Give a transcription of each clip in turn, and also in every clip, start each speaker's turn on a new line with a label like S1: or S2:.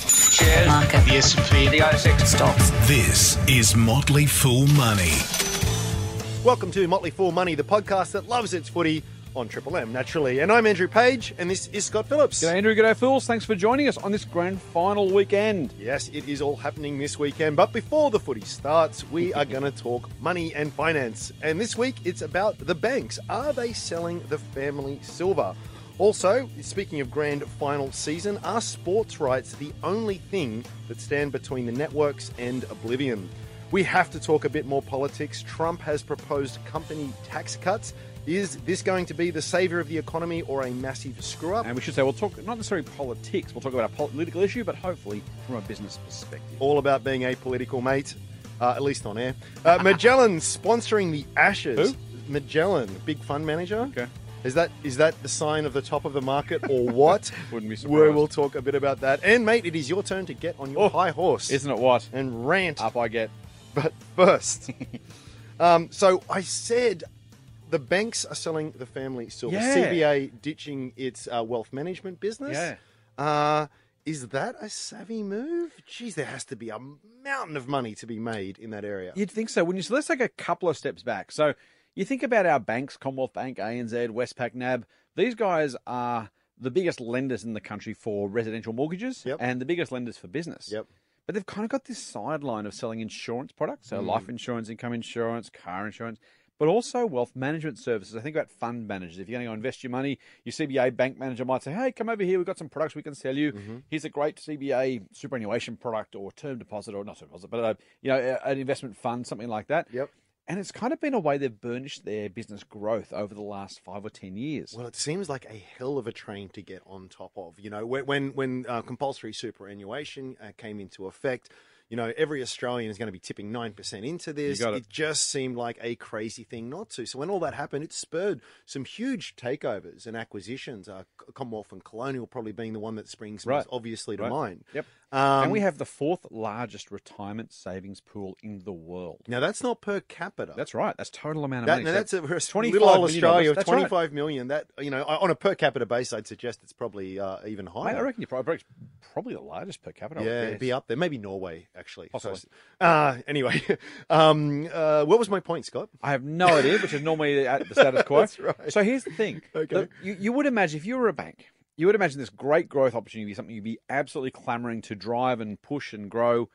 S1: the market.
S2: the S&P.
S3: The ASX stocks.
S4: This is Motley Fool Money.
S5: Welcome to Motley Fool Money, the podcast that loves its footy on Triple M, naturally. And I'm Andrew Page, and this is Scott Phillips.
S6: G'day, Andrew. G'day, fools. Thanks for joining us on this grand final weekend.
S5: Yes, it is all happening this weekend, but before the footy starts, we are going to talk money and finance. And this week, it's about the banks. Are they selling the family silver? Also, speaking of grand final season, are sports rights the only thing that stand between the networks and oblivion? We have to talk a bit more politics. Trump has proposed company tax cuts. Is this going to be the savior of the economy or a massive screw up?
S6: And we should say we'll talk not necessarily politics. We'll talk about a political issue, but hopefully from a business perspective.
S5: all about being apolitical, mate. Uh, at least on air. Uh, Magellan sponsoring the Ashes.
S6: Who?
S5: Magellan, big fund manager.
S6: Okay.
S5: Is that is that the sign of the top of the market or what?
S6: Wouldn't be
S5: Where
S6: surprised.
S5: we'll talk a bit about that. And mate, it is your turn to get on your
S6: Oh,
S5: high horse
S6: Isn't it what?
S5: and rant.
S6: Up I get.
S5: But first, um, so I said the banks are selling the family silver.
S6: Yeah.
S5: CBA ditching its uh, wealth management business.
S6: Yeah.
S5: Uh, is that a savvy move? Geez, there has to be a mountain of money to be made in that area.
S6: You'd think so, wouldn't you? So let's take a couple of steps back. So you think about our banks, Commonwealth Bank, ANZ, Westpac, NAB. These guys are the biggest lenders in the country for residential mortgages
S5: Yep.
S6: and the biggest lenders for business.
S5: Yep.
S6: But they've kind of got this sideline of selling insurance products, so
S5: Mm.
S6: life insurance, income insurance, car insurance, but also wealth management services. I think about fund managers. If you're going to invest your money, your CBA bank manager might say, "Hey, come over here. We've got some products we can sell you.
S5: Mm-hmm.
S6: Here's a great CBA superannuation product or term deposit, or not term deposit, but a, you know, a- an investment fund, something like that."
S5: Yep.
S6: And it's kind of been a way they've burnished their business growth over the last five or ten years.
S5: Well, it seems like a hell of a train to get on top of. You know, when when, when uh, compulsory superannuation uh, came into effect, you know, every Australian is going to be tipping nine percent into this.
S6: got it.
S5: just seemed like a crazy thing not to. So when all that happened, it spurred some huge takeovers and acquisitions. Uh, Commonwealth and Colonial probably being the one that springs
S6: Right.
S5: most obviously to
S6: Right.
S5: mind.
S6: Yep.
S5: Um,
S6: and we have the fourth largest retirement savings pool in the world.
S5: now that's not per capita.
S6: That's right. That's total amount of
S5: That,
S6: money.
S5: now
S6: So
S5: that's a we're a
S6: 25
S5: little old
S6: million
S5: Australia
S6: dollars.
S5: of
S6: That's right.
S5: twenty five million. That you know, on a per capita base, I'd suggest it's probably uh, even higher.
S6: Mate, I reckon you're probably, probably the largest per capita. I would
S5: Yeah, it'd
S6: guess.
S5: be up there. Maybe Norway, actually. So,
S6: Possibly.
S5: uh, anyway, um, uh, what was my point, Scott?
S6: I have no idea, which is normally at the status quo.
S5: That's right.
S6: So here's the thing.
S5: Okay.
S6: Look, you, you would imagine if you were a bank, you would imagine this great growth opportunity, something you'd be absolutely clamoring to drive and push and grow.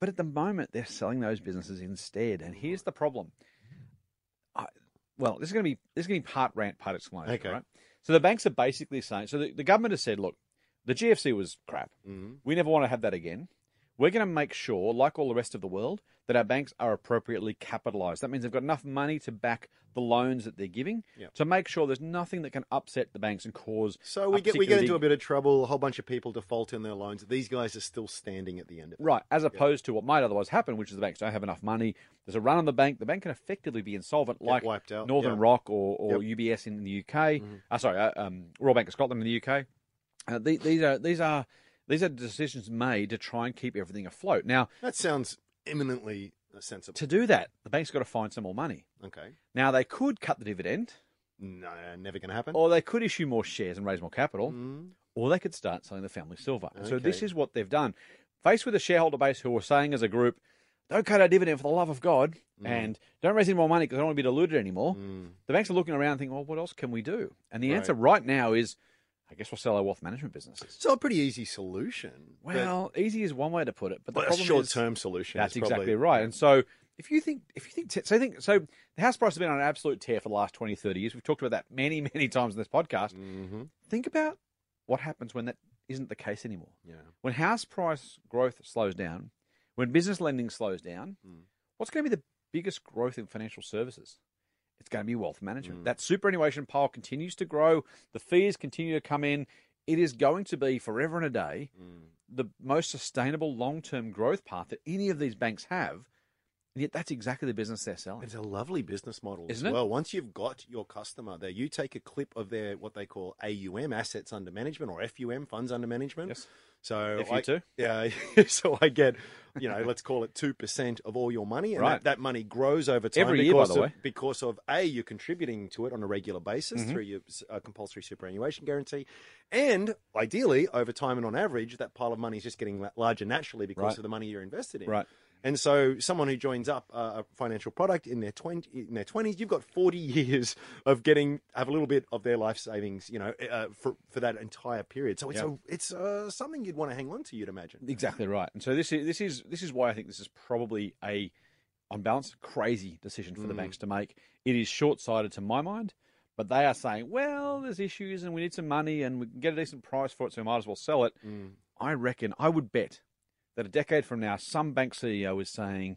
S6: But at the moment, they're selling those businesses instead. And here's the problem. I, well, this is going to be this is going to be part rant, part explanation,
S5: Okay.
S6: right? So the banks are basically saying. So the, the government has said, look, the GFC was crap.
S5: Mhm.
S6: We never want to have that again. We're going to make sure, like all the rest of the world, that our banks are appropriately capitalized. That means they've got enough money to back the loans that they're giving
S5: Yep.
S6: to make sure there's nothing that can upset the banks and cause.
S5: So we
S6: a
S5: get we get
S6: particularly
S5: into a
S6: big-
S5: bit of trouble. A whole bunch of people default in their loans. These guys are still standing at the end of it.
S6: Right, as opposed to what might otherwise happen, which is the banks don't have enough money. There's a run on the bank. The bank can effectively be insolvent, like
S5: wiped out,
S6: Northern
S5: yeah. Mm-hmm.
S6: Rock or, or UBS in the UK. Uh, sorry, uh, um, Royal Bank of Scotland in the UK. Uh, the- these are these are these are decisions made to try and keep everything afloat. Now,
S5: That sounds eminently sensible.
S6: to do that, the bank's got to find some more money.
S5: Okay,
S6: Now, they could cut the dividend,
S5: no, never going to happen.
S6: or they could issue more shares and raise more capital,
S5: Mm.
S6: or they could start selling the family silver. And So, this
S5: Okay.
S6: is what they've done. Faced with a shareholder base who are saying as a group, don't cut our dividend for the love of God,
S5: Mm.
S6: and don't raise any more money because I don't want to be diluted anymore, the banks are looking around and thinking, well, what else can we do? And the
S5: Right.
S6: answer right now is, I guess we'll sell our wealth management businesses.
S5: So a pretty easy solution. but-
S6: Well, easy is one way to put it, but the
S5: but a
S6: problem is-
S5: short-term solution.
S6: that's
S5: is probably-
S6: exactly right. And so if you think if you think so you think so the house price has been on an absolute tear for the last 20 30 years. We've talked about that many many times in this podcast.
S5: Mhm.
S6: Think about what happens when that isn't the case anymore.
S5: Yeah.
S6: When house price growth slows down, when business lending slows down, what's going to be the biggest growth in financial services? It's going to be wealth management. That superannuation pile continues to grow, the fees continue to come in. It is going to be forever and a day the most sustainable long term growth path that any of these banks have. And yet that's exactly the business they're selling.
S5: It's a lovely business model
S6: Isn't it?
S5: as well. Once you've got your customer there, you take a clip of their what they call AUM assets under management or FUM funds under management.
S6: Yes.
S5: So
S6: If you
S5: I-
S6: too.
S5: yeah. So I get, you know, let's call it two percent of all your money, and
S6: Right.
S5: that, that money grows over time
S6: Every year, by
S5: because
S6: the
S5: of,
S6: way. Mm-hmm.
S5: because of a you're contributing to it on a regular basis through your uh, compulsory superannuation guarantee, and ideally over time and on average, that pile of money is just getting la- larger naturally because
S6: Right.
S5: of the money you're invested in.
S6: Right.
S5: And so, someone who joins up uh, a financial product in their twenty in their twenties, you've got forty years of getting have a little bit of their life savings, you know, uh, for for that entire period. So it's
S6: Yeah.
S5: a, it's uh, something you'd want to hang on to, you'd imagine.
S6: Exactly right. And so this is this is this is why I think this is probably a, on balance, crazy decision for the banks to make. It is short sighted to my mind, but they are saying, well, there's issues and we need some money and we can get a decent price for it, so we might as well sell it. I reckon I would bet that a decade from now, some bank CEO is saying.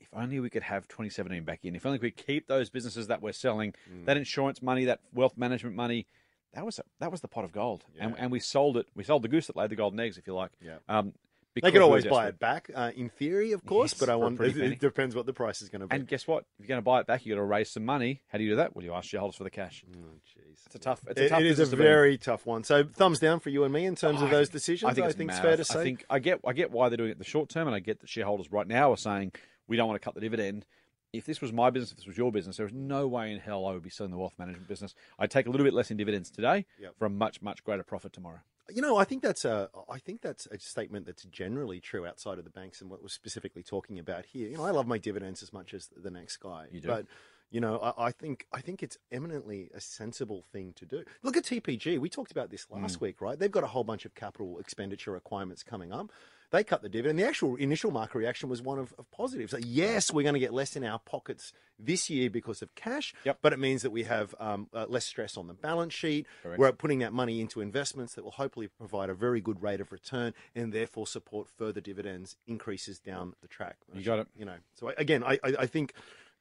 S6: If only we could have 2017 back in. If only we could keep those businesses that we're selling,
S5: Mm.
S6: that insurance money, that wealth management money, that was that was the pot of gold, and,
S5: Yeah.
S6: and we sold it. We sold the goose that laid the golden eggs, if you like.
S5: Yeah.
S6: Um,
S5: They
S6: because we
S5: could
S6: were
S5: always buy
S6: desperate.
S5: it back, uh, in theory, of course.
S6: Yes,
S5: but I
S6: for a
S5: want
S6: pretty
S5: it,
S6: penny.
S5: it depends what the price is going to be.
S6: And guess what? If you're going to buy it back, you've got to raise some money. How do you do that? Well, you ask shareholders for the cash.
S5: Oh, jeez.
S6: It's a tough. It's a
S5: It-
S6: tough
S5: it is a
S6: business to be in.
S5: very tough one. So thumbs down for you and me in terms of
S6: I-
S5: those decisions. I think,
S6: it's
S5: it's
S6: mad.
S5: fair
S6: I-
S5: to say.
S6: I think I get. I get why they're doing it in the short term, and I get that shareholders right now are saying we don't want to cut the dividend. If this was my business, if this was your business, there is no way in hell I would be selling the wealth management business. I'd take a little bit less in dividends today
S5: Yep.
S6: for a much, much greater profit tomorrow.
S5: You know, I think that's a I think that's a statement that's generally true outside of the banks and what we're specifically talking about here. You know, I love my dividends as much as the next guy.
S6: You do.
S5: But you know, I, I think I think it's eminently a sensible thing to do. Look at TPG. We talked about this
S6: Hmm.
S5: last week, right? They've got a whole bunch of capital expenditure requirements coming up. They cut the dividend. The actual initial market reaction was one of, of positives. Like, yes, we're going to get less in our pockets this year because of cash,
S6: Yep.
S5: but it means that we have um, uh, less stress on the balance sheet.
S6: Correct.
S5: We're we're putting that money into investments that will hopefully provide a very good rate of return and therefore support further dividends increases down the track.
S6: You got it.
S5: You know, so I- again, I, I, I think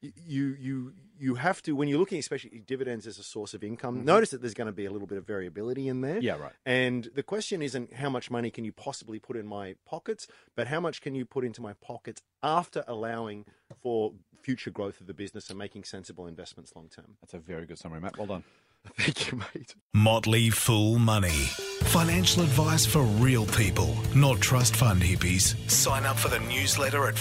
S5: y- you you you have to when you're looking especially at dividends as a source of
S6: Mm-hmm.
S5: income notice that there's going to be a little bit of variability in there
S6: Yeah, right.
S5: and the question isn't how much money can you possibly put in my pockets but how much can you put into my pockets after allowing for future growth of the business and making sensible investments long term
S6: That's a very good summary, Matt. Well done.
S5: thank you mate
S4: Motley Fool Money. Financial advice for real people, not trust fund hippies. Sign up for the newsletter at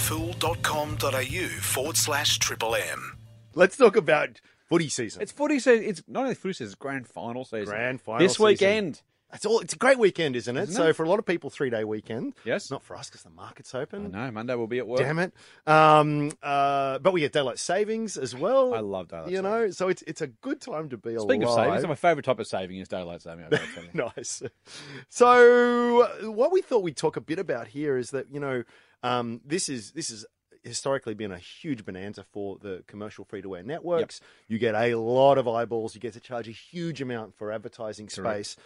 S4: fool.com.au forward slash triple M.
S5: let's talk about footy season
S6: It's footy season. It's not only footy season. It's grand final season.
S5: Grand final
S6: this
S5: season.
S6: weekend.
S5: It's all. It's a great weekend, isn't it?
S6: Isn't
S5: so
S6: it?
S5: for a lot of people, three day weekend.
S6: Yes.
S5: Not for us because the market's
S6: I
S5: open.
S6: know Monday will be at work.
S5: Damn it. Um. Uh. But we get daylight savings as well.
S6: I love daylight
S5: You know, so it's it's a good time to be alive.
S6: Speaking of savings, my favourite type of saving is daylight saving. I've got to tell you.
S5: nice. So uh, what we thought we'd talk a bit about here is that you know um, this is this is historically been a huge bonanza for the commercial free to air networks. You get a lot of eyeballs. You get to charge a huge amount for advertising
S6: Correct.
S5: space.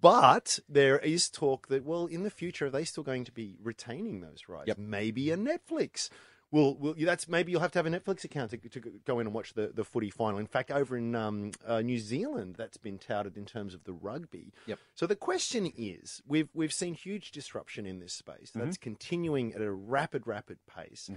S5: But there is talk that, well, in the future, are they still going to be retaining those rights?
S6: Yep.
S5: Maybe a Netflix. Well, well, that's maybe you'll have to have a Netflix account to, to go in and watch the, the footy final. In fact, over in um, uh, New Zealand, that's been touted in terms of the rugby.
S6: Yep.
S5: So the question is, we've we've seen huge disruption in this space.
S6: Mm-hmm.
S5: That's continuing at a rapid, rapid pace.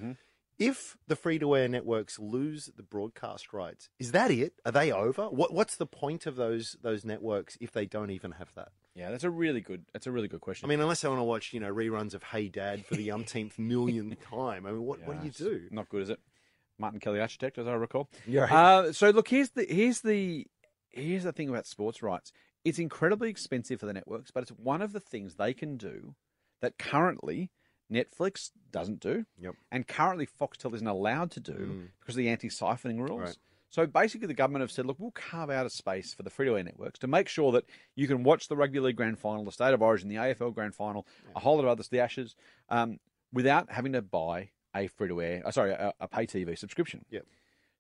S5: If the free-to-air networks lose the broadcast rights, is that it? Are they over? What what's the point of those those networks if they don't even have that?
S6: Yeah, that's a really good. That's a really good question.
S5: I mean, unless they want to watch, you know, reruns of Hey Dad for the umpteenth millionth time. I mean, what what do you
S6: Yes.
S5: do?
S6: Not good, is it? Martin Kelly Architect, as I recall.
S5: Yeah.
S6: Uh, so look, here's the here's the here's the thing about sports rights. It's incredibly expensive for the networks, but it's one of the things they can do that currently Netflix doesn't do,
S5: Yep. Mm.
S6: and currently Foxtel isn't allowed to do because of the anti-siphoning rules.
S5: Right.
S6: So basically, the government have said, look, we'll carve out a space for the free to air networks to make sure that you can watch the Rugby League Grand Final, the State of Origin, the AFL Grand Final, a whole lot of others, the Ashes, um, without having to buy a free to air, uh, sorry, a, a pay TV subscription.
S5: Yep.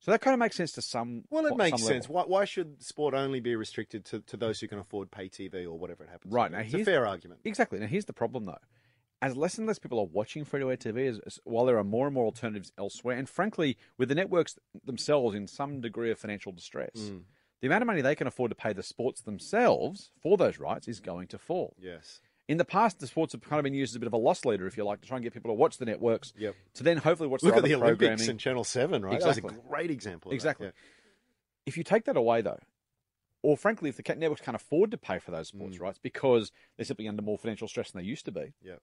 S6: So that kind of makes sense to some.
S5: Well, it
S6: some
S5: makes
S6: level.
S5: sense. Why, why should sport only be restricted to, to those who can afford pay TV or whatever it happens? to
S6: Right,
S5: be?
S6: now
S5: it's a
S6: here's-
S5: fair argument.
S6: Exactly. Now, here's the problem, though. As less and less people are watching free to air TV, as, as- while there are more and more alternatives elsewhere, and frankly, with the networks themselves in some degree of financial distress,
S5: Mm.
S6: the amount of money they can afford to pay the sports themselves for those rights is going to fall.
S5: Yes.
S6: In the past, the sports have kind of been used as a bit of a loss leader, if you like, to try and get people to watch the networks.
S5: Yep.
S6: To then hopefully watch
S5: Look
S6: their
S5: at the
S6: other
S5: Olympics
S6: programming.
S5: and Channel 7, right? That was
S6: Exactly.
S5: a great example. Of that,
S6: Exactly.
S5: yeah.
S6: If you take that away, though, or frankly, if the ca- networks can't afford to pay for
S5: Mm.
S6: those sports rights because they're simply under more financial stress than they used to be,
S5: Yeah.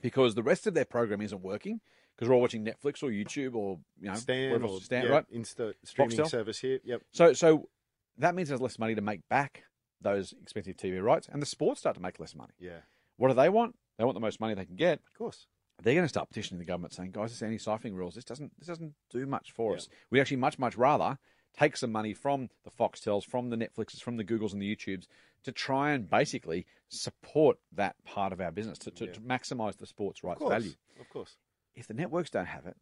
S6: because the rest of their program isn't working, because we're all watching Netflix or YouTube or you know
S5: Stan
S6: wherever
S5: or
S6: else, Stan,
S5: yeah,
S6: right?
S5: Insta streaming
S6: Foxtel?
S5: service here. Yep.
S6: So, so that means there's less money to make back those expensive TV rights, and the sports start to make less money.
S5: Yeah.
S6: What do they want? They want the most money they can get.
S5: Of course.
S6: They're going to start petitioning the government, saying, "Guys, this anti-siphoning rules. This doesn't. This doesn't do much for
S5: Yeah.
S6: us. We actually much, much rather take some money from the Foxtels, from the Netflixes, from the Googles and the YouTubes to try and basically support that part of our business to, to,
S5: Yeah.
S6: to maximise the sports
S5: Of
S6: rights
S5: course.
S6: value.
S5: Of course.
S6: If the networks don't have it,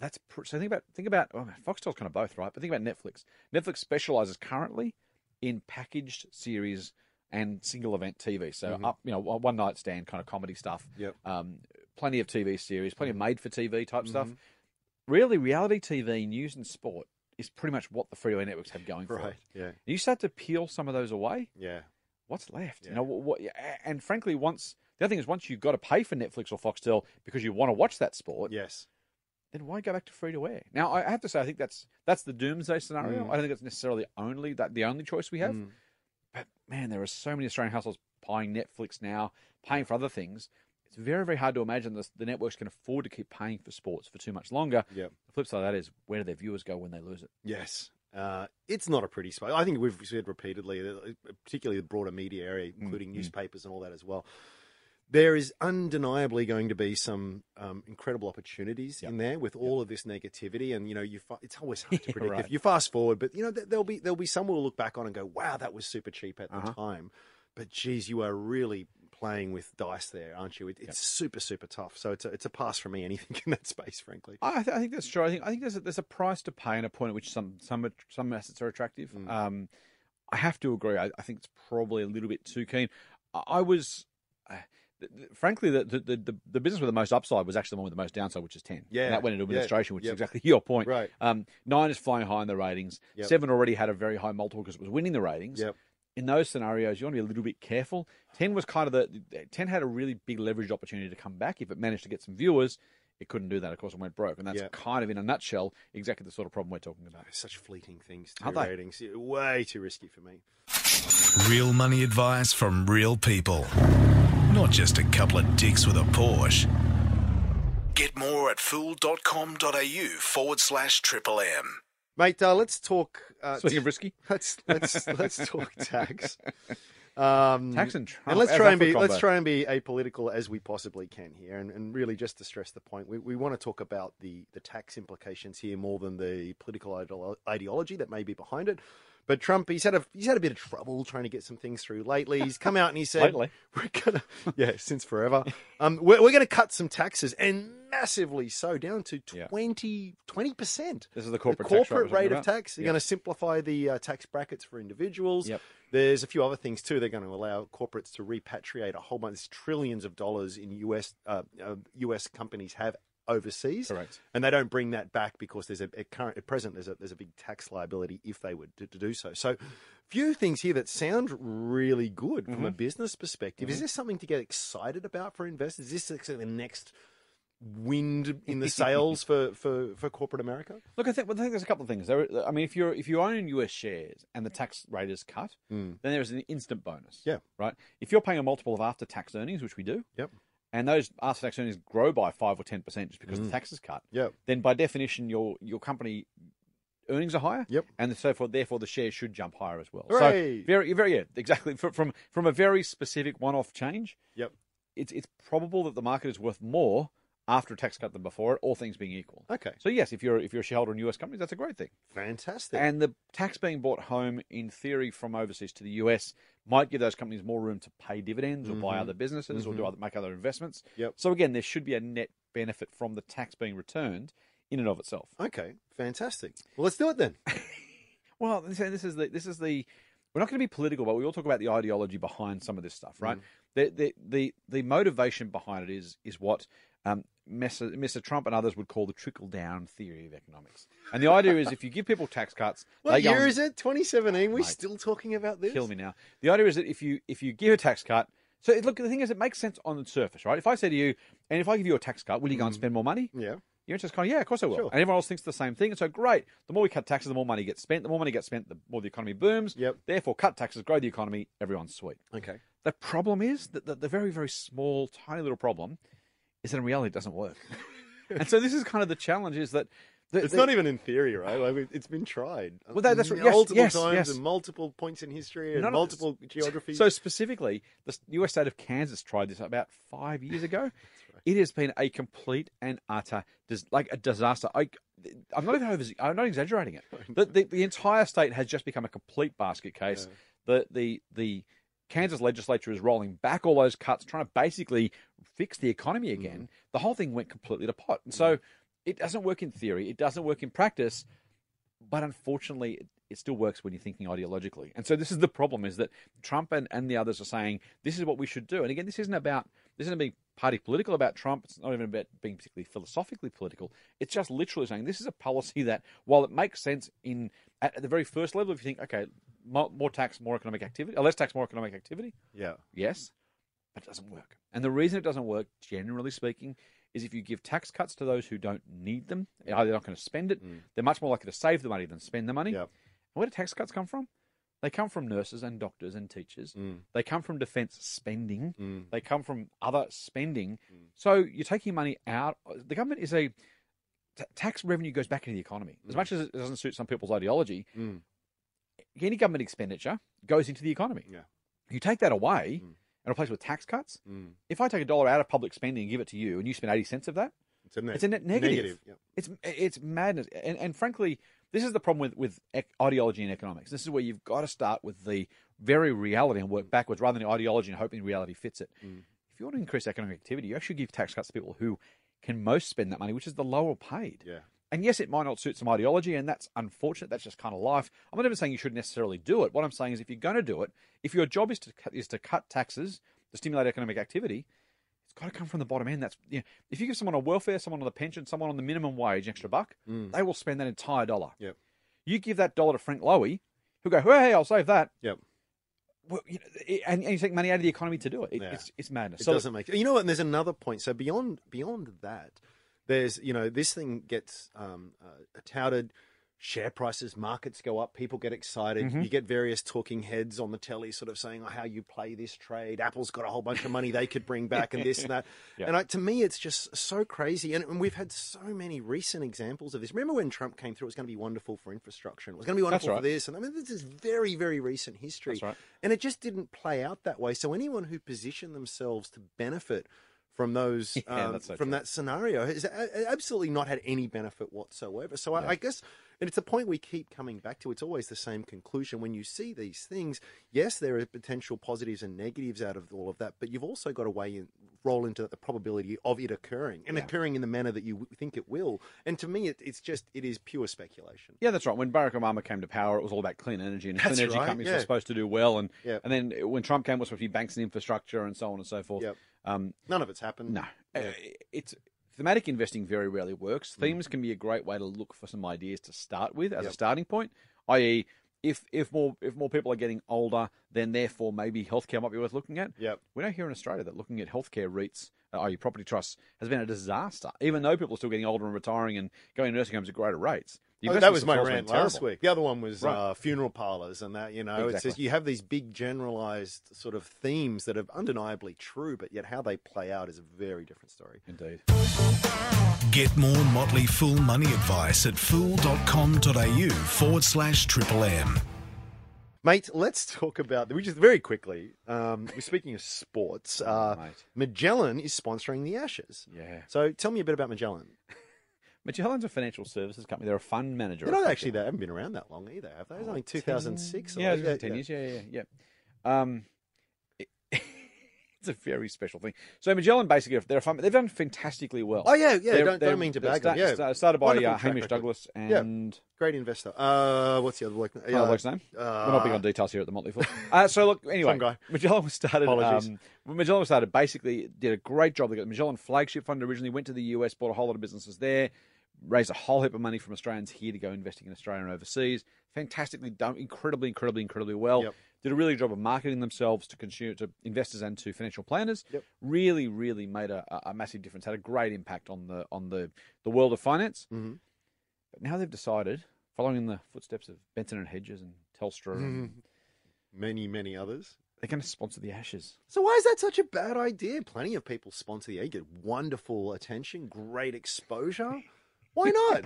S6: that's pr- so. Think about think about oh, Foxtel's kind of both, right? But think about Netflix. Netflix specialises currently in packaged series and single event TV. So
S5: Mhm.
S6: up, you know, one night stand kind of comedy stuff
S5: Yep.
S6: um, plenty of TV series, plenty of
S5: Mm-hmm.
S6: made for TV type stuff. Really, reality TV, news, and sport is pretty much what the freeway networks have going for.
S5: Right.
S6: it.
S5: Yeah.
S6: You start to peel some of those away.
S5: Yeah.
S6: What's left?
S5: Yeah.
S6: You know what, what? And frankly, once the other thing is, once you've got to pay for Netflix or Foxtel because you want to watch that sport,
S5: Yes.
S6: then why go back to free to air? Now, I have to say, I think that's that's the doomsday scenario.
S5: Mm.
S6: I don't think it's necessarily only that the only choice we have.
S5: Mm.
S6: But man, there are so many Australian households buying Netflix now, paying for other things. It's very, very hard to imagine this, the networks can afford to keep paying for sports for too much longer.
S5: Yep.
S6: The flip side of that is where do their viewers go when they lose it?
S5: Yes. Uh, it's not a pretty space. I think we've said repeatedly, that, uh, particularly the broader media area,
S6: Mm,
S5: including newspapers and all that as well. There is undeniably going to be some um, incredible opportunities in there with all of this negativity, and you know, you fa- it's always hard to
S6: Yeah,
S5: predict.
S6: right.
S5: If you fast forward, but you know, th- there'll be there'll be some we'll look back on and go, "Wow, that was super cheap at the
S6: Uh-huh.
S5: time," but geez, you are really playing with dice there, aren't you? It, it's super super tough. So it's a, it's a pass for me. Anything in that space, frankly.
S6: I, th- I think that's true. I think I think there's a, there's a price to pay and a point at which some some att- some assets are attractive.
S5: Mm.
S6: Um, I have to agree. I, I think it's probably a little bit too keen. I, I was, uh, th- th- frankly, the, the the the business with the most upside was actually the one with the most downside, which is ten.
S5: Yeah.
S6: and that went into
S5: Yeah.
S6: administration, which
S5: Yep.
S6: is exactly your point.
S5: Right.
S6: Um, nine is flying high in the ratings.
S5: Yep.
S6: Seven already had a very high multiple because it was winning the ratings.
S5: Yep.
S6: In those scenarios, you want to be a little bit careful. Ten was kind of the ten had a really big leverage opportunity to come back if it managed to get some viewers. It couldn't do that, of course, and went broke. And that's
S5: Yep.
S6: kind of, in a nutshell, exactly the sort of problem we're talking about.
S5: They're Such fleeting things. Too,
S6: Aren't they?
S5: ratings Yeah, way too risky for me.
S4: Real money advice from real people. Not just a couple of dicks with a Porsche. Get more at fool.com.au forward slash triple M.
S5: Mate, uh, let's talk. Uh,
S6: Speaking of risky,
S5: let's let's let's talk tax. Um,
S6: tax and Trump.
S5: and let's
S6: as
S5: try
S6: our
S5: and be
S6: foot
S5: let's
S6: combo.
S5: try and be apolitical as we possibly can here, and, and really just to stress the point, we, we want to talk about the the tax implications here more than the political ideolo- ideology that may be behind it. But Trump, he's had a he's had a bit of trouble trying to get some things through lately. He's come out and he said,
S6: Lately?
S5: "We're gonna, yeah, since forever, um, we're, we're gonna cut some taxes and massively so down to
S6: Yeah.
S5: 20 percent."
S6: This is the corporate,
S5: the
S6: tax
S5: corporate
S6: we're
S5: rate,
S6: talking
S5: of
S6: about.
S5: tax. They're
S6: Yep.
S5: going to simplify the uh, tax brackets for individuals.
S6: Yep.
S5: There's a few other things too. They're going to allow corporates to repatriate a whole bunch, there's trillions of dollars in U.S. Uh, uh, U.S. companies have overseas,
S6: Correct.
S5: and they don't bring that back because there's a, a current at present there's a there's a big tax liability if they were to, to do so. So, few things here that sound really good from a
S6: Mm-hmm.
S5: business perspective. Is this something to get excited about for investors? Is this like the next wind in the sails for, for, for corporate America?
S6: Look, I think, well, I think there's a couple of things. There, I mean, if you're if you own U.S. shares and the tax rate is cut,
S5: Mm.
S6: then there's an instant bonus.
S5: Yeah.
S6: Right. If you're paying a multiple of after tax earnings, which we do,
S5: Yep.
S6: and those after tax earnings grow by five or ten percent just
S5: Hmm.
S6: because the tax is cut,
S5: Yeah.
S6: then by definition your your company earnings are higher.
S5: Yep.
S6: And so forth. Therefore, the share should jump higher as well.
S5: Hooray!
S6: So very, very, yeah, exactly. Fr- From from a very specific one-off change,
S5: Yep.
S6: it's it's probable that the market is worth more after a tax cut than before it. All things being equal.
S5: Okay.
S6: So yes, if you're if you're a shareholder in U.S. companies, that's a great thing.
S5: Fantastic.
S6: And the tax being brought home, in theory, from overseas to the US might give those companies more room to pay dividends or buy
S5: Mhm.
S6: other businesses or do
S5: Mhm.
S6: other, make other investments.
S5: Yep.
S6: So again, there should be a net benefit from the tax being returned in and of itself.
S5: okay, fantastic. Well, let's do it then.
S6: Well, this, this is the this is the we're not going to be political, but we all talk about the ideology behind some of this stuff,
S5: Mm.
S6: right? The, the the the motivation behind it is is what um, Mr. Mr. Trump and others would call the trickle down theory of economics. And the idea is, if you give people tax cuts,
S5: What
S6: they go
S5: year
S6: and-
S5: is it? 2017. We're
S6: Mate.
S5: still talking about this?
S6: kill me now. The idea is that if you if you give a tax cut, So it- look, the thing is, it makes sense on the surface, right? If I say to you, and if I give you a tax cut, will you
S5: Mm.
S6: go and spend more money?
S5: Yeah.
S6: You're just kind of, yeah, of course I will.
S5: Sure.
S6: And everyone else thinks the same thing. And so, great. The more we cut taxes, the more money gets spent. The more money gets spent, the more the economy booms.
S5: Yep.
S6: Therefore, cut taxes, grow the economy, everyone's sweet.
S5: Okay.
S6: The problem is that the, the very, very small, tiny little problem is that in reality it doesn't work. and so, this is kind of the challenge is that. The,
S5: It's
S6: the-
S5: not even in theory, right? Like it- it's been tried.
S6: Well, that- that's right. Yes,
S5: multiple
S6: yes,
S5: times
S6: yes.
S5: and multiple points in history and
S6: None of this-
S5: multiple geographies.
S6: So specifically, the s- U.S. state of Kansas tried this about five years ago. It has been a complete and utter dis- like a disaster. I, I'm not even over, I'm not exaggerating it. The, the, the entire state has just become a complete basket case. The the the Kansas legislature is rolling back all those cuts, trying to basically fix the economy again. The whole thing went completely to pot, and so it doesn't work in theory. It doesn't work in practice but unfortunately it, it still works when you're thinking ideologically and so this is the problem is that trump and, and the others are saying this is what we should do and again this isn't about this isn't being party political about trump it's not even about being particularly philosophically political it's just literally saying this is a policy that while it makes sense in at, at the very first level if you think okay more, more tax more economic activity or less tax more economic activity
S5: yeah.
S6: Yes, but it doesn't work. And the reason it doesn't work, generally speaking, is if you give tax cuts to those who don't need them, either they're not going to spend it, they're much more likely to save the money than spend the money.
S5: Mm. Yep.
S6: And where do tax cuts come from? They come from nurses and doctors and teachers.
S5: Mm.
S6: They come from defence spending. They come from other spending.
S5: Mm.
S6: So you're taking money out. uh, The government is a t- tax revenue goes back into the economy. As much as it doesn't suit some people's ideology,
S5: Mm.
S6: any government expenditure goes into the economy.
S5: Yeah.
S6: You take that away and replace it with tax cuts.
S5: Mm.
S6: If I take a dollar out of public spending and give it to you, and you spend eighty cents of that,
S5: It's a net.
S6: it's a net negative.
S5: Yep.
S6: It's it's madness, and and frankly, this is the problem with with ec- ideology and economics. This is where you've got to start with the very reality and work backwards, rather than the ideology and hoping reality fits it. If you want to increase economic activity, you actually give tax cuts to people who can most spend that money, which is the lower paid.
S5: Yeah.
S6: And yes, it might not suit some ideology, and that's unfortunate. That's just kind of life. I'm not even saying you should necessarily do it. What I'm saying is, if you're going to do it, if your job is to cut, is to cut taxes to stimulate economic activity, it's got to come from the bottom end. That's you know, if you give someone on welfare, someone on the pension, someone on the minimum wage, an extra buck, they will spend that entire dollar.
S5: Mm. Yep.
S6: You give that dollar to Frank Lowy, who go, hey, I'll save that.
S5: Yep.
S6: Well, you know, it- and, and you take money out of the economy to do it. It-
S5: Yeah.
S6: It's it's madness.
S5: It doesn't make. You know what? And there's another point. So beyond beyond that, there's you know this thing gets um, uh, touted. Share prices, markets go up, people get excited.
S6: Mm-hmm.
S5: You get various talking heads on the telly, sort of saying oh, how you play this trade. Apple's got a whole bunch of money they could bring back, and this and that. And I, to me, it's just so crazy. And, and we've had so many recent examples of this. Remember when Trump came through? It was going to be wonderful for infrastructure, and it was going to be wonderful
S6: right.
S5: for this. And I mean, this is very, very recent history.
S6: That's right.
S5: And it just didn't play out that way. So anyone who positioned themselves to benefit from those um,
S6: that's so
S5: from
S6: true.
S5: that scenario has a- a- absolutely not had any benefit whatsoever. So I, I guess, and it's a point we keep coming back to. It's always the same conclusion when you see these things. Yes, there are potential positives and negatives out of all of that, but you've also got to weigh in, roll into the probability of it occurring and occurring in the manner that you w- think it will. And to me, it, it's just it is pure speculation.
S6: Yeah, that's right. When Barack Obama came to power, it was all about clean energy, and
S5: That's
S6: clean energy
S5: right,
S6: companies
S5: yeah.
S6: were supposed to do well. And
S5: Yeah.
S6: and then when Trump came, it was supposed to be banks and infrastructure and so on and so forth.
S5: Yep.
S6: Um,
S5: None of it's happened.
S6: no, Uh, it's thematic investing very rarely
S5: Mm.
S6: works. Themes can be a great way to look for some ideas to start with as a starting point, i.e. If, if more if more people are getting older, then therefore maybe healthcare might be worth looking at.
S5: Yep.
S6: We know here in Australia that looking at healthcare REITs, uh, i.e. property trusts, has been a disaster. Even though people are still getting older and retiring and going to nursing homes at greater rates. The
S5: Oh, that
S6: investment
S5: was my
S6: themselves have
S5: rant
S6: been
S5: last
S6: terrible.
S5: week. The other one was
S6: Right.
S5: uh, funeral parlors and that, you know, it's
S6: Exactly.
S5: just, you have these big generalized sort of themes that are undeniably true, but yet how they play out is a very different story.
S6: Indeed.
S4: Get more Motley Fool money advice at fool.com.au forward slash triple M.
S5: Mate, let's talk about, we just very quickly, um, we're speaking of sports. Uh,
S6: Mate.
S5: Magellan is sponsoring the Ashes.
S6: Yeah.
S5: So tell me a bit about Magellan.
S6: Magellan's a financial services company. They're a fund manager.
S5: They're not actually,
S6: effectively.
S5: they haven't been around that long either, have they? It was only 2006. or-
S6: Oh, Yeah, it was about ten years. Yeah, yeah, yeah. yeah. Um, it- it's a very special thing. So Magellan, basically, they're a fund. They've done fantastically well.
S5: Oh, yeah, yeah.
S6: They're-
S5: don't,
S6: they're-
S5: don't mean to
S6: they're
S5: bag them.
S6: sta-
S5: Yeah,
S6: sta- started by
S5: Wonderful
S6: uh,
S5: track
S6: Hamish
S5: record.
S6: Douglas
S5: Yeah.
S6: and
S5: Great investor. Uh, what's the other bloke? Uh,
S6: I don't know his name. We're not big on details here at the Motley Fool. Uh, so look, anyway,
S5: Some guy.
S6: Magellan was started.
S5: Apologies.
S6: Um, Magellan was started basically did a great job. They got the Magellan flagship fund originally went to the US, bought a whole lot of businesses there, raised a whole heap of money from Australians here to go investing in Australia and overseas. Fantastically done, incredibly, incredibly, incredibly well.
S5: Yep.
S6: did a really good job of marketing themselves to consumer, to investors and to financial planners.
S5: Yep.
S6: Really, really made a, a- a massive difference. Had a great impact on the on the the world of finance.
S5: Mhm.
S6: But now they've decided, following in the footsteps of Benson and Hedges and Telstra, and
S5: Many, many others.
S6: they're going to sponsor the Ashes.
S5: Mm-hmm. So why is that such a bad idea? Plenty of people sponsor the A, get wonderful attention, great exposure. Why not?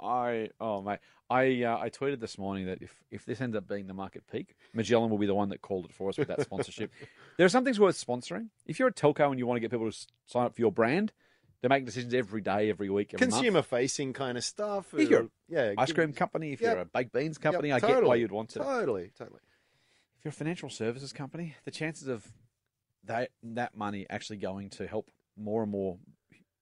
S6: I oh mate, I uh, I tweeted this morning that if if this ends up being the market peak, Magellan will be the one that called it for us with that sponsorship. there are some things worth sponsoring. If you're a telco and you want to get people to s- sign up for your brand, they're making decisions every day, every week, every month.
S5: Consumer facing kind of stuff.
S6: If you're
S5: or- yeah,
S6: Ice
S5: give-
S6: cream company, if
S5: Yep.
S6: you're a baked beans
S5: yep,
S6: company, I get why
S5: totally,
S6: you'd want to.
S5: Totally, totally.
S6: If you're a financial services company, the chances of that that money actually going to help more and more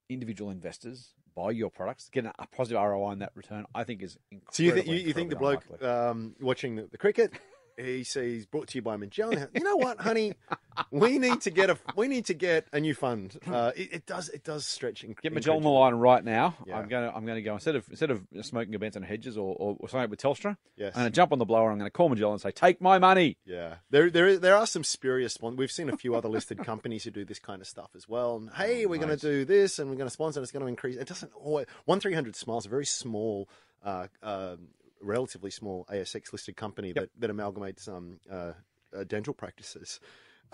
S6: individual investors buy your products, get a positive ROI on that return, I think is incredible.
S5: So you, think you, you think the bloke um, watching the, the cricket, he sees brought to you by Magellan. You know what, honey? We need to get a we need to get a new fund. Uh, it, it does it does stretch. Inc-
S6: Get Magellan on the line right now.
S5: Yeah.
S6: I'm gonna I'm gonna go instead of instead of smoking a Benson Hedges or, or, or something with Telstra.
S5: Yes.
S6: I'm gonna jump on the blower. I'm gonna call Magellan and say, "Take my money."
S5: Yeah, there there is, there are some spurious ones. We've seen a few other listed companies who do this kind of stuff as well. And hey, we're going
S6: Oh, nice.
S5: to do this, and we're going to sponsor. and It's going to increase. It doesn't always. One three hundred smiles a very small. Uh, um Relatively small ASX listed company that, that amalgamates um, uh, uh, dental practices.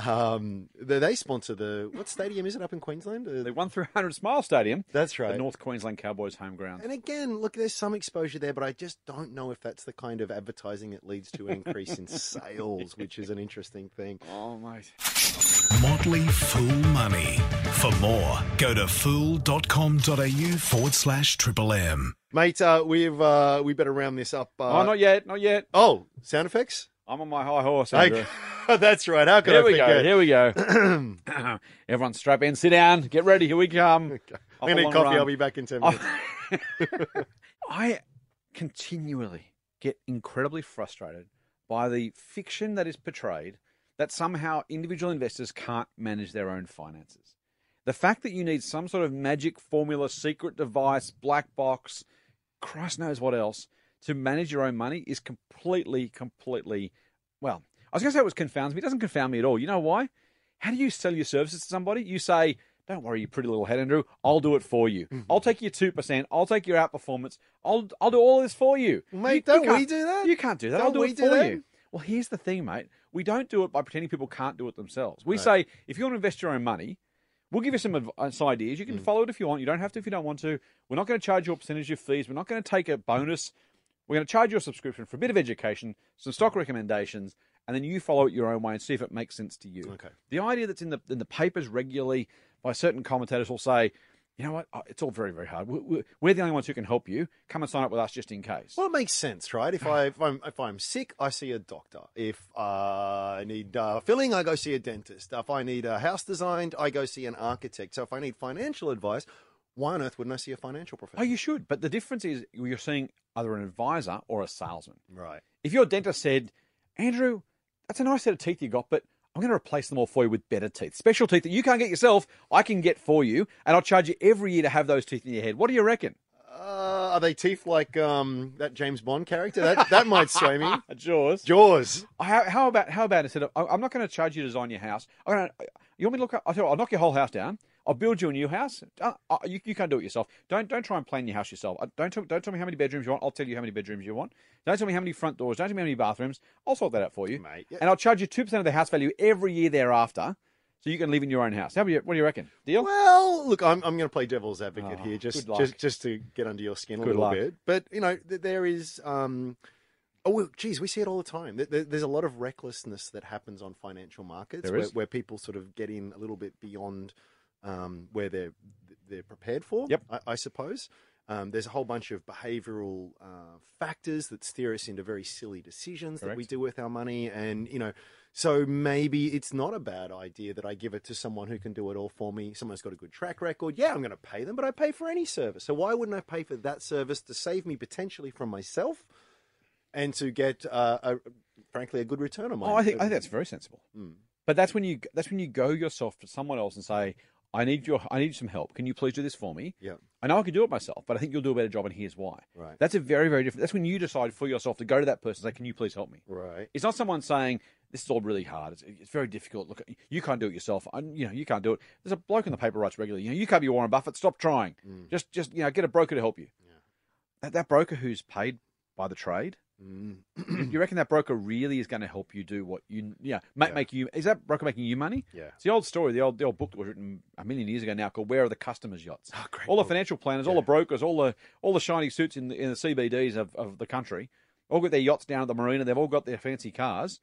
S5: Um, they, they sponsor the what stadium is it up in Queensland? Uh,
S6: They won through 100 Smile Stadium,
S5: that's right.
S6: the North Queensland Cowboys' home ground.
S5: And again, look, there's some exposure there, but I just don't know if that's the kind of advertising that leads to an increase in sales, which is an interesting thing.
S6: Oh mate.
S4: Motley Fool Money. For more, go to fool.com.au forward slash triple M.
S5: Mate, uh, we've uh, we better round this up. Uh,
S6: oh, not yet, not yet.
S5: oh, sound effects.
S6: I'm on my high horse. Andrew.
S5: Like, that's right. How could
S6: Here
S5: I
S6: we
S5: forget?
S6: go. Here we go. Everyone, strap in, sit down, get ready. Here we come.
S5: I'm gonna
S6: Off
S5: need
S6: a long
S5: coffee.
S6: run. Oh,
S5: I'll be back in ten minutes.
S6: I I continually get incredibly frustrated by the fiction that is portrayed that somehow individual investors can't manage their own finances. The fact that you need some sort of magic formula, secret device, black box, Christ knows what else to manage your own money is completely, completely, well, I was going to say it was confounds me. It doesn't confound me at all. You know why? How do you sell your services to somebody? You say, don't worry, you pretty little head, Andrew. I'll do it for you.
S5: Mm-hmm.
S6: I'll take your 2%. I'll take your outperformance. I'll, I'll do all this for you.
S5: Mate,
S6: You-
S5: don't
S6: you
S5: we
S6: can't-
S5: do that?
S6: You can't do that. I'll
S5: Don't
S6: do
S5: we
S6: it
S5: do
S6: for
S5: that?
S6: you. Well, here's the thing, mate. We don't do it by pretending people can't do it themselves. We say, if you want to invest your own money, We'll give you some advice, ideas. You can follow it if you want. You don't have to if you don't want to. We're not going to charge you a percentage of fees. We're not going to take a bonus. We're going to charge you a subscription for a bit of education, some stock recommendations, and then you follow it your own way and see if it makes sense to you.
S5: Okay.
S6: The idea that's in the in the papers regularly by certain commentators will say, you know what, Oh, it's all very very hard. We- we- We're the only ones who can help you. Come and sign up with us just in case.
S5: Well, it makes sense, right? If I if I'm if I'm sick, I see a doctor. If uh, I need uh, filling, I go see a dentist. If I need a house designed, I go see an architect. So if I need financial advice, why on earth wouldn't I see a financial
S6: Oh,
S5: professional?
S6: you should. But the difference is you're seeing either an advisor or a salesman.
S5: right.
S6: If your dentist said, Andrew, that's a nice set of teeth you got, but I'm going to replace them all for you with better teeth, special teeth that you can't get yourself, I can get for you, and I'll charge you every year to have those teeth in your head. What do you reckon?
S5: Uh, are they teeth like um, that James Bond character? That that might sway me.
S6: Jaws.
S5: Jaws.
S6: How, how about how about instead of I- I'm not going to charge you to design your house. I'm going to, you want me to look? Up, I'll tell you, what, I'll knock your whole house down. I'll build you a new house. Uh, uh, you, you can't do it yourself. Don't don't try and plan your house yourself. Uh, Don't tell, don't tell me how many bedrooms you want. I'll tell you how many bedrooms you want. Don't tell me how many front doors. Don't tell me how many bathrooms. I'll sort that out for you,
S5: Mate, yeah.
S6: And I'll charge you two percent of the house value every year thereafter, so you can live in your own house. How about you, what do you reckon? Deal?
S5: Well, look, I'm, I'm going to play devil's advocate
S6: Oh,
S5: here, just,
S6: good luck.
S5: just just to get under your skin a
S6: Good
S5: little
S6: luck.
S5: bit. But you know, th- there is. Um, oh, well, geez, we see it all the time. Th- th- There's a lot of recklessness that happens on financial markets,
S6: There
S5: where,
S6: is.
S5: where people sort of get in a little bit beyond um, where they're they're prepared for.
S6: Yep.
S5: I, I suppose. Um, there's a whole bunch of behavioural uh, factors that steer us into very silly decisions that we
S6: Correct.
S5: do with our money, and you know, so maybe it's not a bad idea that I give it to someone who can do it all for me. Someone's got a good track record. Yeah, I'm going to pay them, but I pay for any service. So why wouldn't I pay for that service to save me potentially from myself, and to get uh, a, frankly a good return on my? Hmm.
S6: Oh, I think I think that's very sensible. But that's when you that's when you go yourself to someone else and say, I need your I need some help. Can you please do this for me?
S5: Yeah.
S6: I know I can do it myself, but I think you'll do a better job, and here's why.
S5: Right.
S6: That's a very very different. That's when you decide for yourself to go to that person and say, "Can you please help me?"
S5: Right.
S6: It's not someone saying this is all really hard. It's, it's very difficult. Look, you can't do it yourself. I, you know, you can't do it. There's a bloke in the paper writes regularly. You know, you can't be Warren Buffett. Stop trying.
S5: Mm.
S6: Just, just you know, get a broker to help you.
S5: Yeah.
S6: That, that broker who's paid by the trade.
S5: Mm.
S6: you reckon that broker really is going to help you do what you yeah make
S5: Yeah.
S6: make you is that broker making you money?
S5: Yeah.
S6: It's the old story, the old the old book that was written a million years ago now called "Where Are the Customers' Yachts."
S5: Oh, great
S6: all the
S5: book.
S6: financial planners, all the brokers, all the all the shiny suits in the, in the CBDs of, of the country, all got their yachts down at the marina. They've all got their fancy cars.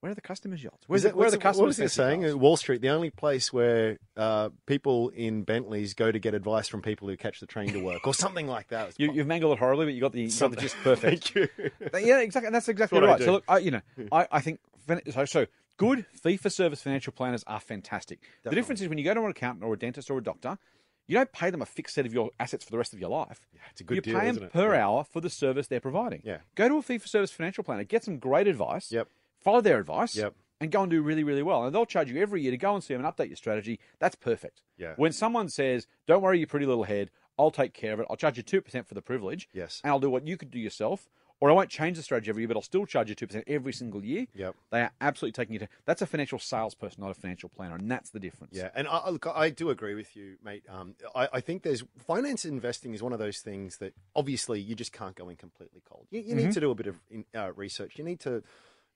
S6: Where are the customers' yachts?
S5: Is
S6: Where's
S5: that-
S6: the, where are
S5: what's
S6: the
S5: it- What was
S6: customers'
S5: he
S6: fancy
S5: saying?
S6: cars?
S5: Uh, Wall Street, the only place where uh, people in Bentleys go to get advice from people who catch the train to work, or something like that. It's
S6: You, you've mangled it horribly, but you got the, you got the
S5: something-
S6: gist perfect.
S5: Thank you.
S6: yeah, exactly. And that's exactly
S5: What I
S6: right.
S5: do.
S6: So look, I, you know, I, I think fin- so. So good fee for service financial planners are fantastic. The difference is when you go to an accountant or a dentist or a doctor, you don't pay them a fixed set of your assets for the rest of your life.
S5: it's a good
S6: you
S5: deal,
S6: pay
S5: isn't
S6: them
S5: it?
S6: per
S5: Yeah.
S6: hour for the service they're providing.
S5: Yeah.
S6: Go to a fee for service financial planner, get some great advice.
S5: Yep.
S6: Follow their advice.
S5: Yep.
S6: And go and do really, really well. And they'll charge you every year to go and see them and update your strategy. That's perfect.
S5: Yeah.
S6: When someone says, "Don't worry, you pretty little head, I'll take care of it. I'll charge you two percent for the privilege."
S5: Yes.
S6: and I'll do what you could do yourself, or I won't change the strategy every year, but I'll still charge you two percent every single year.
S5: Yep.
S6: They are absolutely taking you to. That's a financial salesperson, not a financial planner, and that's the difference.
S5: Yeah, and I, I- look, I do agree with you, mate. Um, I, I think there's finance investing is one of those things that obviously you just can't go in completely cold. You, you
S6: Mm-hmm.
S5: need to do a bit of in, uh, research. You need to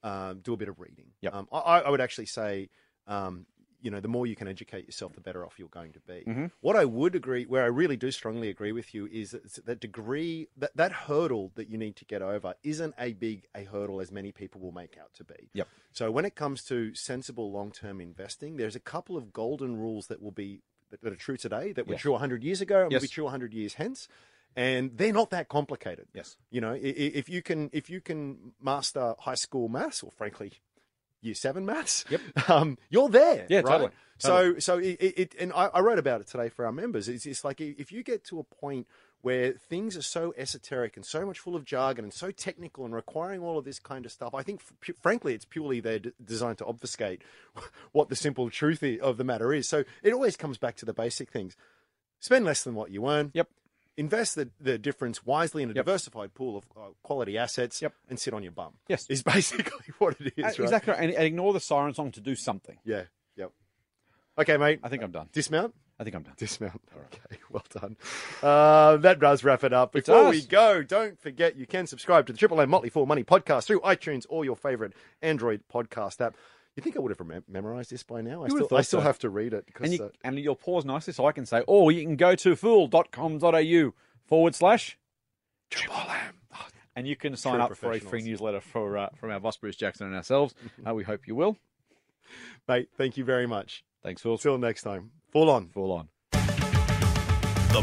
S5: um, do a bit of reading.
S6: Yep.
S5: Um, I, I I would actually say, um, you know, the more you can educate yourself, the better off you're going to be.
S6: Mm-hmm.
S5: What I would agree, where I really do strongly agree with you, is that that degree, that, that hurdle that you need to get over isn't a big a hurdle as many people will make out to be.
S6: Yep.
S5: So when it comes to sensible long-term investing, there's a couple of golden rules that will be that that are true today that were
S6: Yes.
S5: true 100 years ago and
S6: Yes.
S5: will be true 100 years hence, and they're not that complicated.
S6: Yes.
S5: You know, i- i- if you can if you can master high school maths or frankly year seven maths, yep. um, you're there.
S6: Yeah,
S5: right?
S6: totally,
S5: So so it, it it- and I, I wrote about it today for our members. It's it's like if you get to a point where things are so esoteric and so much full of jargon and so technical and requiring all of this kind of stuff, I think f- frankly it's purely they're d- designed to obfuscate what the simple truth i- of the matter is. So it always comes back to the basic things. Spend less than what you earn.
S6: Yep.
S5: Invest the, the difference wisely in a
S6: Yep.
S5: diversified pool of uh, quality assets
S6: Yep.
S5: and sit on your bum.
S6: Yes.
S5: Is basically what it is.
S6: Uh,
S5: right?
S6: Exactly, right. and, and ignore the siren song to do something.
S5: Yeah. Yep. Okay, mate.
S6: I think I'm done.
S5: Dismount.
S6: I think I'm done.
S5: Dismount. Okay, well done. Uh, that does wrap it up. Before
S6: does.
S5: we go, don't forget you can subscribe to the Triple M Motley Fool Money podcast through iTunes or your favorite Android podcast app. You think I would have remem- memorized this by now? I
S6: You would have
S5: still, I
S6: thought
S5: still
S6: so.
S5: have to read it because
S6: And,
S5: uh,
S6: you, and you'll pause nicely so I can say, or you can go to fool.com.au forward slash
S5: Triple M.
S6: and you can sign
S5: True
S6: up for a free
S5: professionals.
S6: newsletter for uh, from our boss, Bruce Jackson, and ourselves. uh, we hope you will.
S5: Mate, thank you very much.
S6: Thanks, Fool.
S5: Till next time. Full on.
S6: Fool on.
S4: The